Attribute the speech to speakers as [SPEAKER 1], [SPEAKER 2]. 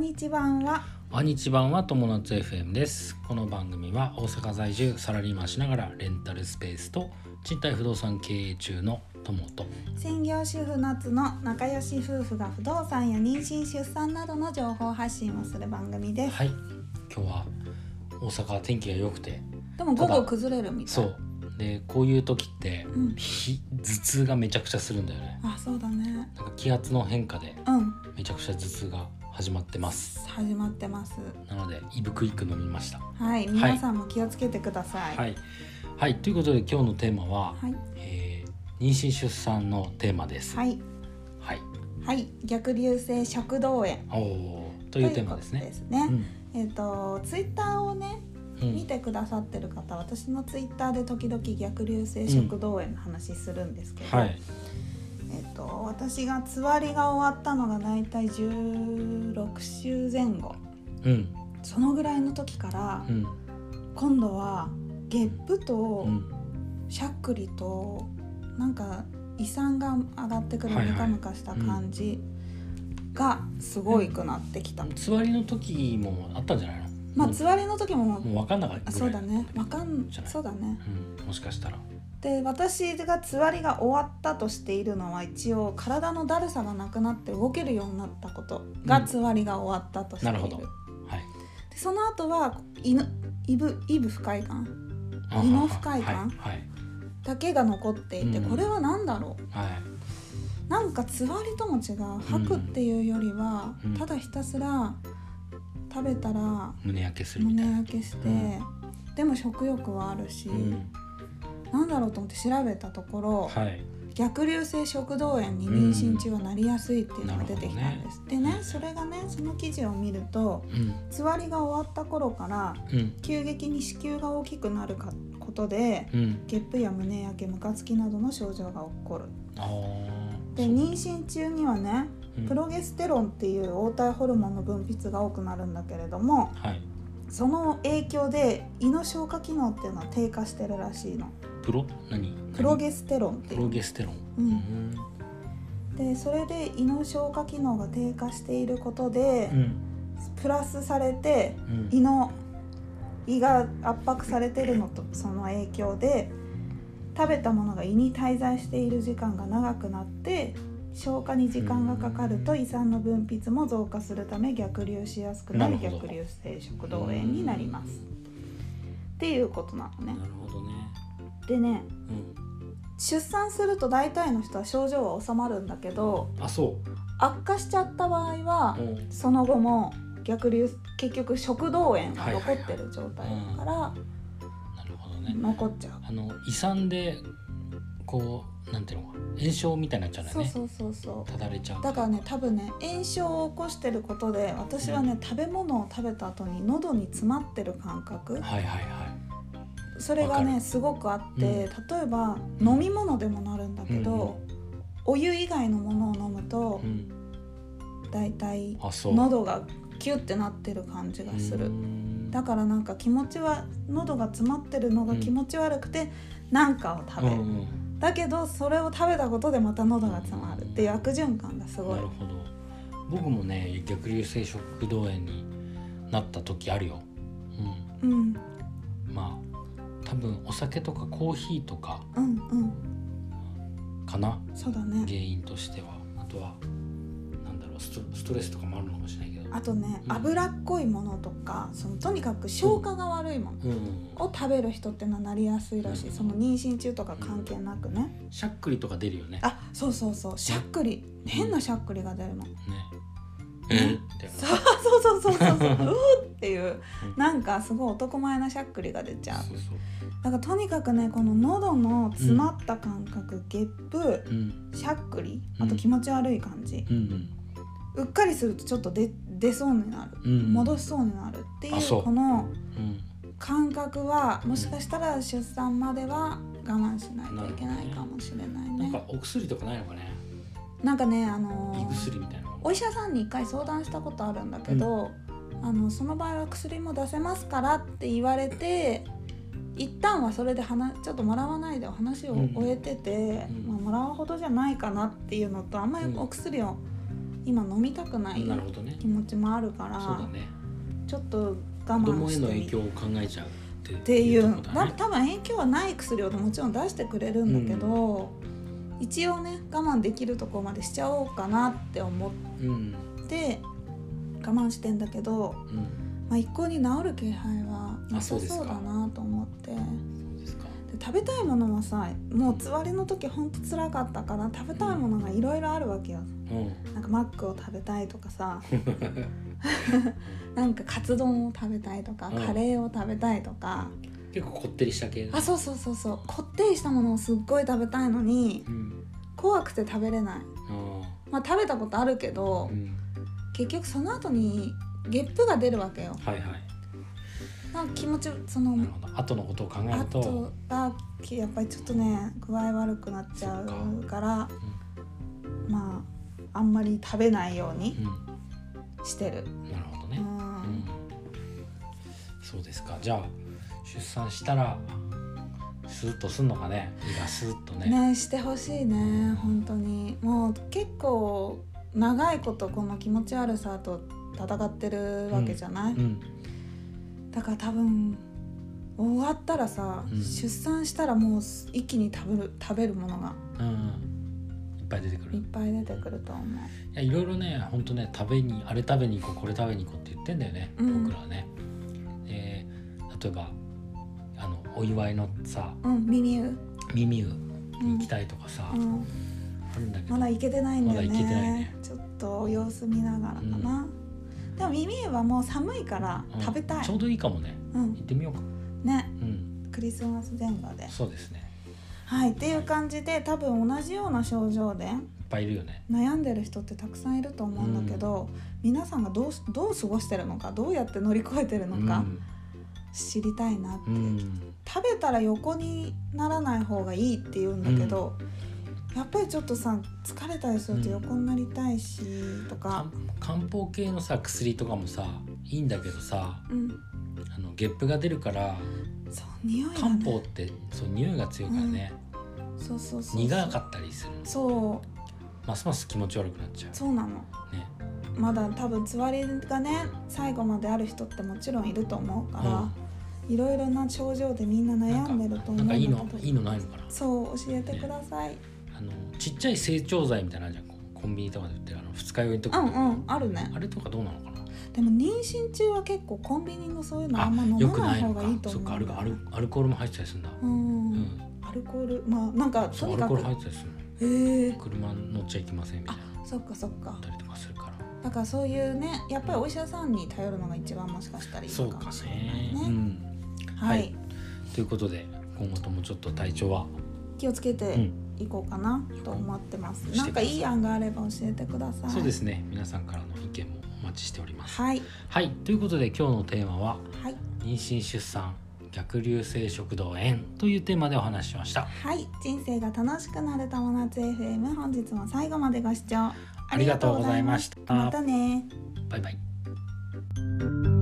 [SPEAKER 1] 日版は
[SPEAKER 2] ワニチ版は友達 FM ですこの番組は大阪在住サラリーマンしながらレンタルスペースと賃貸不動産経営中の友と
[SPEAKER 1] 専業主婦夏の仲良し夫婦が不動産や妊娠出産などの情報発信をする番組です、
[SPEAKER 2] はい今日は大阪は天気が良くて
[SPEAKER 1] でも午後崩れるみたい
[SPEAKER 2] そうでこういう時って、
[SPEAKER 1] うん
[SPEAKER 2] ひ頭痛がめちゃくちゃするんだよね
[SPEAKER 1] あそうだね
[SPEAKER 2] なんか気圧の変化で
[SPEAKER 1] うん
[SPEAKER 2] めちゃくちゃ頭痛が始まってます
[SPEAKER 1] 始まってます
[SPEAKER 2] なのでイブクイック飲みました
[SPEAKER 1] はい皆さんも気をつけてください
[SPEAKER 2] はい、はいということで今日のテーマは、
[SPEAKER 1] はい
[SPEAKER 2] えー妊娠出産のテーマです
[SPEAKER 1] はい、
[SPEAKER 2] はい、
[SPEAKER 1] はい逆流性食道炎
[SPEAKER 2] おおーというテーマです
[SPEAKER 1] という
[SPEAKER 2] ね
[SPEAKER 1] こと
[SPEAKER 2] うん
[SPEAKER 1] えっ、とツイッターをね
[SPEAKER 2] う
[SPEAKER 1] 見
[SPEAKER 2] ん
[SPEAKER 1] てくださってる方、私のツイッターで時々逆流性食道炎の話するんですけど、
[SPEAKER 2] はい
[SPEAKER 1] えっと私がつわりが終わったのが大体16週前後
[SPEAKER 2] うん
[SPEAKER 1] そのぐらいの時から、
[SPEAKER 2] うん
[SPEAKER 1] 今度はゲップと
[SPEAKER 2] うん
[SPEAKER 1] しゃっくりとなんか胃酸が上がってくる
[SPEAKER 2] はいはい
[SPEAKER 1] ムカムカした感じがすごいくなってきた、
[SPEAKER 2] つわりの時もあったんじゃないの
[SPEAKER 1] まあ
[SPEAKER 2] もう
[SPEAKER 1] つわりの時ももう
[SPEAKER 2] もう分かんなかった
[SPEAKER 1] あ
[SPEAKER 2] ぐ
[SPEAKER 1] そ
[SPEAKER 2] ら
[SPEAKER 1] う
[SPEAKER 2] い
[SPEAKER 1] だねわかん
[SPEAKER 2] じゃない
[SPEAKER 1] そうだね
[SPEAKER 2] うんもしかしたら
[SPEAKER 1] で私がつわりが終わったとしているのは一応体のだるさがなくなって動けるようになったことが
[SPEAKER 2] うん
[SPEAKER 1] つわりが終わったとしてい
[SPEAKER 2] な
[SPEAKER 1] る,、
[SPEAKER 2] るほどはい
[SPEAKER 1] でその後は犬イブイブ不快感
[SPEAKER 2] あ
[SPEAKER 1] 胃の不快感
[SPEAKER 2] はい
[SPEAKER 1] だけが残っていて、
[SPEAKER 2] うん
[SPEAKER 1] これは何だろう
[SPEAKER 2] はい、はい
[SPEAKER 1] なんかつわりとも違う吐くっていうよりは、
[SPEAKER 2] うん
[SPEAKER 1] ただひたすら食べたら
[SPEAKER 2] 胸焼けするみたい
[SPEAKER 1] 胸
[SPEAKER 2] な
[SPEAKER 1] 焼けして、
[SPEAKER 2] うん
[SPEAKER 1] でも食欲はあるし、
[SPEAKER 2] うん
[SPEAKER 1] なんだろうと思って調べたところ、
[SPEAKER 2] はい
[SPEAKER 1] 逆流性食道炎に妊娠中はなりやすいっていうのが出てきたんです、
[SPEAKER 2] な
[SPEAKER 1] で
[SPEAKER 2] るほどね
[SPEAKER 1] ねそれがねその記事を見ると
[SPEAKER 2] うん
[SPEAKER 1] つわりが終わった頃から
[SPEAKER 2] うん
[SPEAKER 1] 急激に子宮が大きくなるかことで
[SPEAKER 2] うん
[SPEAKER 1] ゲップや胸焼けムカつきなどの症状が起こる
[SPEAKER 2] あー
[SPEAKER 1] で
[SPEAKER 2] そう
[SPEAKER 1] 妊娠中にはね
[SPEAKER 2] うん
[SPEAKER 1] プロゲステロンっていう黄体ホルモンの分泌が多くなるんだけれども
[SPEAKER 2] はい
[SPEAKER 1] その影響で胃の消化機能っていうのは低下してるらしいの
[SPEAKER 2] プロ何
[SPEAKER 1] プロゲステロンって
[SPEAKER 2] プ
[SPEAKER 1] い
[SPEAKER 2] ロ
[SPEAKER 1] う
[SPEAKER 2] ゲステロン
[SPEAKER 1] うん
[SPEAKER 2] う
[SPEAKER 1] で
[SPEAKER 2] ん
[SPEAKER 1] それで胃の消化機能が低下していることで、
[SPEAKER 2] うん
[SPEAKER 1] プラスされて
[SPEAKER 2] うん
[SPEAKER 1] 胃の胃が圧迫されてるのとその影響で食べたものが胃に滞在している時間が長くなって消化に時間がかかると胃酸の分泌も増加するため逆流しやすくなる
[SPEAKER 2] なるほど
[SPEAKER 1] 逆流性食道炎になります。っていうことなのね。
[SPEAKER 2] なるほどね
[SPEAKER 1] でね
[SPEAKER 2] うん
[SPEAKER 1] 出産すると大体の人は症状は治まるんだけど
[SPEAKER 2] あそ
[SPEAKER 1] 悪化しちゃった場合は
[SPEAKER 2] ううん
[SPEAKER 1] その後も逆流結局食道炎が残ってる状態だから
[SPEAKER 2] なるほどね
[SPEAKER 1] 残っちゃう、
[SPEAKER 2] あの胃酸でこうなんていうのか炎症みたいになっちゃうんだよ
[SPEAKER 1] そう
[SPEAKER 2] ね
[SPEAKER 1] そうそうそ
[SPEAKER 2] ただれちゃう
[SPEAKER 1] うだからね多分ね炎症を起こしてることで私はね、食べ物を食べた後に喉に詰まってる感覚
[SPEAKER 2] はいはいは
[SPEAKER 1] それが
[SPEAKER 2] わか
[SPEAKER 1] ね
[SPEAKER 2] る
[SPEAKER 1] すごくあって、
[SPEAKER 2] うん
[SPEAKER 1] 例えば飲み物でもなるんだけど、お湯以外のものを飲むと
[SPEAKER 2] い、うん、
[SPEAKER 1] だいたい
[SPEAKER 2] あそう
[SPEAKER 1] 喉がキュッてなってる感じがする
[SPEAKER 2] う。ん
[SPEAKER 1] だからなんか気持ちは喉が詰まってるのが気持ち悪くて、なんかを食べる、
[SPEAKER 2] うんうん
[SPEAKER 1] だけどそれを食べたことでまた喉が詰まるっていう悪循環がすごい
[SPEAKER 2] なるほど僕もね逆流性食道炎になった時あるよ、
[SPEAKER 1] うん
[SPEAKER 2] うん、まあ多分お酒とかコーヒーとか
[SPEAKER 1] うんうん
[SPEAKER 2] かな
[SPEAKER 1] そうだね
[SPEAKER 2] 原因としてはあとはなんだろうストストレスとかもあるのかもしれないけど
[SPEAKER 1] あとね、
[SPEAKER 2] うん
[SPEAKER 1] 脂っこいものとかそのとにかく消化が悪いもの
[SPEAKER 2] うんうん
[SPEAKER 1] を食べる人ってのはなりやすいらしい、
[SPEAKER 2] うん
[SPEAKER 1] その妊娠中とか関係なくね、
[SPEAKER 2] しゃっくりとか出るよね
[SPEAKER 1] あそうそうそうしゃっくり変なしゃっくりが出るの、
[SPEAKER 2] ね えみたいな
[SPEAKER 1] そうそうそうそう そうそううーっていうなんかすごい男前なしゃっくりが出ちゃう
[SPEAKER 2] そうそ
[SPEAKER 1] だからとにかくねこの喉の詰まった感覚、ゲップ
[SPEAKER 2] ううん
[SPEAKER 1] しゃっくり
[SPEAKER 2] うん
[SPEAKER 1] あと気持ち悪い感じ、
[SPEAKER 2] うんうん
[SPEAKER 1] うっかりするとちょっと出出そうになる、
[SPEAKER 2] うん
[SPEAKER 1] 戻しそうになるっていう
[SPEAKER 2] あそう
[SPEAKER 1] この
[SPEAKER 2] う
[SPEAKER 1] 感覚はもしかしたら出産までは我慢しないといけない
[SPEAKER 2] なるほどね
[SPEAKER 1] かもしれない
[SPEAKER 2] ん、
[SPEAKER 1] ね
[SPEAKER 2] なんかお薬とかないのかね
[SPEAKER 1] なんかねあ
[SPEAKER 2] 胃
[SPEAKER 1] のー
[SPEAKER 2] 薬みたいなの
[SPEAKER 1] お医者さんに一回相談したことあるんだけど、あのその場合は薬も出せますからって言われて一旦はそれで話ちょっともらわないでお話を終えてて、
[SPEAKER 2] うん
[SPEAKER 1] まあ、もらうほどじゃないかなっていうのとあんまりお薬を今飲みたくない
[SPEAKER 2] なるほどね
[SPEAKER 1] 気持ちもあるから
[SPEAKER 2] そうだね
[SPEAKER 1] ちょっと我
[SPEAKER 2] 子
[SPEAKER 1] 慢
[SPEAKER 2] 供への
[SPEAKER 1] して
[SPEAKER 2] 影
[SPEAKER 1] み
[SPEAKER 2] 響を考えちゃうっ
[SPEAKER 1] ってて
[SPEAKER 2] い
[SPEAKER 1] いうう、
[SPEAKER 2] とこ
[SPEAKER 1] だ
[SPEAKER 2] だね
[SPEAKER 1] 多分影響はない薬をもちろん出してくれるんだけど、一応ね我慢できるところまでしちゃおうかなって思
[SPEAKER 2] うん
[SPEAKER 1] って我慢してんだけど、
[SPEAKER 2] うん
[SPEAKER 1] まあ、一向に治る気配はな
[SPEAKER 2] あ
[SPEAKER 1] さ
[SPEAKER 2] そうですか
[SPEAKER 1] そうだなと思ってで
[SPEAKER 2] そうですか
[SPEAKER 1] 食べたいものはさもうつわりの時ほんとつらかったから食べたいものがいろいろあるわけよ。
[SPEAKER 2] うん
[SPEAKER 1] なんかマックを食べたいとか さなんかカツ丼を食べたいとか
[SPEAKER 2] うん
[SPEAKER 1] カレーを食べたいとか、
[SPEAKER 2] 結構こってりした系
[SPEAKER 1] あそうそうそうそうこってりしたものをすっごい食べたいのに
[SPEAKER 2] うん
[SPEAKER 1] 怖くて食べれない
[SPEAKER 2] あ
[SPEAKER 1] まあ食べたことあるけ
[SPEAKER 2] あ
[SPEAKER 1] ど
[SPEAKER 2] うん
[SPEAKER 1] 結局その後にゲップが出るわけよ
[SPEAKER 2] はいはい
[SPEAKER 1] なんか気持ちその
[SPEAKER 2] なるほど後のことを考えると
[SPEAKER 1] 後がやっぱりちょっとね具合悪くなっちゃうからまああんまり食べないように
[SPEAKER 2] う
[SPEAKER 1] してる、
[SPEAKER 2] んなるほど
[SPEAKER 1] う
[SPEAKER 2] ねうんんそうですかじゃあ出産したらスーッとすんのかね胃がスーッとね
[SPEAKER 1] ねしてほしいね本当にもう結構長いことこの気持ち悪さと戦ってるわけじゃない、
[SPEAKER 2] うん
[SPEAKER 1] だから多分終わったらさ、
[SPEAKER 2] うん
[SPEAKER 1] 出産したらもう一気に食べる食べるものが
[SPEAKER 2] うんいっぱい出てくる
[SPEAKER 1] いっ
[SPEAKER 2] い
[SPEAKER 1] ぱい出てくると思
[SPEAKER 2] やいろいろねほんとね食べにあれ食べに行こうこれ食べに行こうって言ってんだよね、
[SPEAKER 1] うん
[SPEAKER 2] 僕らはね、え例えばあのお祝いのさ
[SPEAKER 1] ううん耳う
[SPEAKER 2] 耳を
[SPEAKER 1] うん
[SPEAKER 2] 行きたいとかさ、
[SPEAKER 1] うん、
[SPEAKER 2] あるんだけど、
[SPEAKER 1] まだ行けてないんだよね
[SPEAKER 2] まだ行けてないね
[SPEAKER 1] ちょっと様子見ながらかな、でも耳はもう寒いから
[SPEAKER 2] うん
[SPEAKER 1] 食べたい
[SPEAKER 2] ちょうどいいかもね
[SPEAKER 1] うん、
[SPEAKER 2] 行ってみようか
[SPEAKER 1] ね
[SPEAKER 2] うん
[SPEAKER 1] クリスマス前後で
[SPEAKER 2] そうですね
[SPEAKER 1] はいっていう感じで多分同じような症状で
[SPEAKER 2] いっぱいいるよね
[SPEAKER 1] 悩んでる人ってたくさんいると思うんだけど、皆さんがどうしどう過ごしてるのかどうやって乗り越えてるのか知りたいなって
[SPEAKER 2] うん、うん、
[SPEAKER 1] 食べたら横にならない方がいいって言うんだけど、やっぱりちょっとさ疲れたりすると横になりたいし、とか
[SPEAKER 2] 漢、漢方系のさ薬とかもさいいんだけどさ
[SPEAKER 1] うん、
[SPEAKER 2] あのゲップが出るから
[SPEAKER 1] そう匂いが、ね、
[SPEAKER 2] 漢方ってそう匂いが強いからね、
[SPEAKER 1] そうそうそう
[SPEAKER 2] 苦かったりするの
[SPEAKER 1] そう
[SPEAKER 2] ますます気持ち悪くなっちゃう
[SPEAKER 1] そうなの
[SPEAKER 2] ね
[SPEAKER 1] まだ多分つわりがね最後まである人ってもちろんいると思うから、いろいろな症状でみんな悩んでると思
[SPEAKER 2] な
[SPEAKER 1] うんんだ
[SPEAKER 2] かい
[SPEAKER 1] けど
[SPEAKER 2] いのいいのないのかな
[SPEAKER 1] そう教えてください、
[SPEAKER 2] あのちっちゃい整腸剤みたいなのあるじゃんこうコンビニとかで売ってるあの二日酔いと
[SPEAKER 1] う
[SPEAKER 2] か、
[SPEAKER 1] んうんあるね
[SPEAKER 2] あれとかどうなのかな
[SPEAKER 1] でも妊娠中は結構コンビニのそういうのあんま飲
[SPEAKER 2] よ
[SPEAKER 1] ま
[SPEAKER 2] く
[SPEAKER 1] な
[SPEAKER 2] ないいの
[SPEAKER 1] 方
[SPEAKER 2] か
[SPEAKER 1] がいいと
[SPEAKER 2] そ
[SPEAKER 1] 思う
[SPEAKER 2] っかア
[SPEAKER 1] ん
[SPEAKER 2] ル
[SPEAKER 1] だよ
[SPEAKER 2] アルアルコールも入ってたりするんだ
[SPEAKER 1] う、
[SPEAKER 2] うん
[SPEAKER 1] アルコールまあなんかと
[SPEAKER 2] そう
[SPEAKER 1] に
[SPEAKER 2] アル
[SPEAKER 1] か
[SPEAKER 2] コー
[SPEAKER 1] く
[SPEAKER 2] ル入ってたりするの
[SPEAKER 1] へえ
[SPEAKER 2] 車乗っちゃいけませんみたいなの
[SPEAKER 1] そっかそっか
[SPEAKER 2] あったりとかするから
[SPEAKER 1] だからそういうねやっぱりお医者さんに頼るのが一番もしかしたらいい
[SPEAKER 2] そ
[SPEAKER 1] の
[SPEAKER 2] う
[SPEAKER 1] か
[SPEAKER 2] か
[SPEAKER 1] もしれない
[SPEAKER 2] ね
[SPEAKER 1] ね
[SPEAKER 2] うん
[SPEAKER 1] はい、
[SPEAKER 2] はいということで今後ともちょっと体調は
[SPEAKER 1] 気をつけ
[SPEAKER 2] う
[SPEAKER 1] て
[SPEAKER 2] ん
[SPEAKER 1] いこうかなと思ってます、
[SPEAKER 2] うん
[SPEAKER 1] なんかいい案があれば教えてください
[SPEAKER 2] そうですね皆さんからの意見もお待ちしております
[SPEAKER 1] はい
[SPEAKER 2] はいということで今日のテーマは
[SPEAKER 1] はい
[SPEAKER 2] 妊娠出産逆流性食道炎というテーマでお話ししました
[SPEAKER 1] はい人生が楽しくなる友達 FM 本日も最後までご視聴
[SPEAKER 2] ありがとうございました
[SPEAKER 1] ありがとうございましたまたね
[SPEAKER 2] バイバイ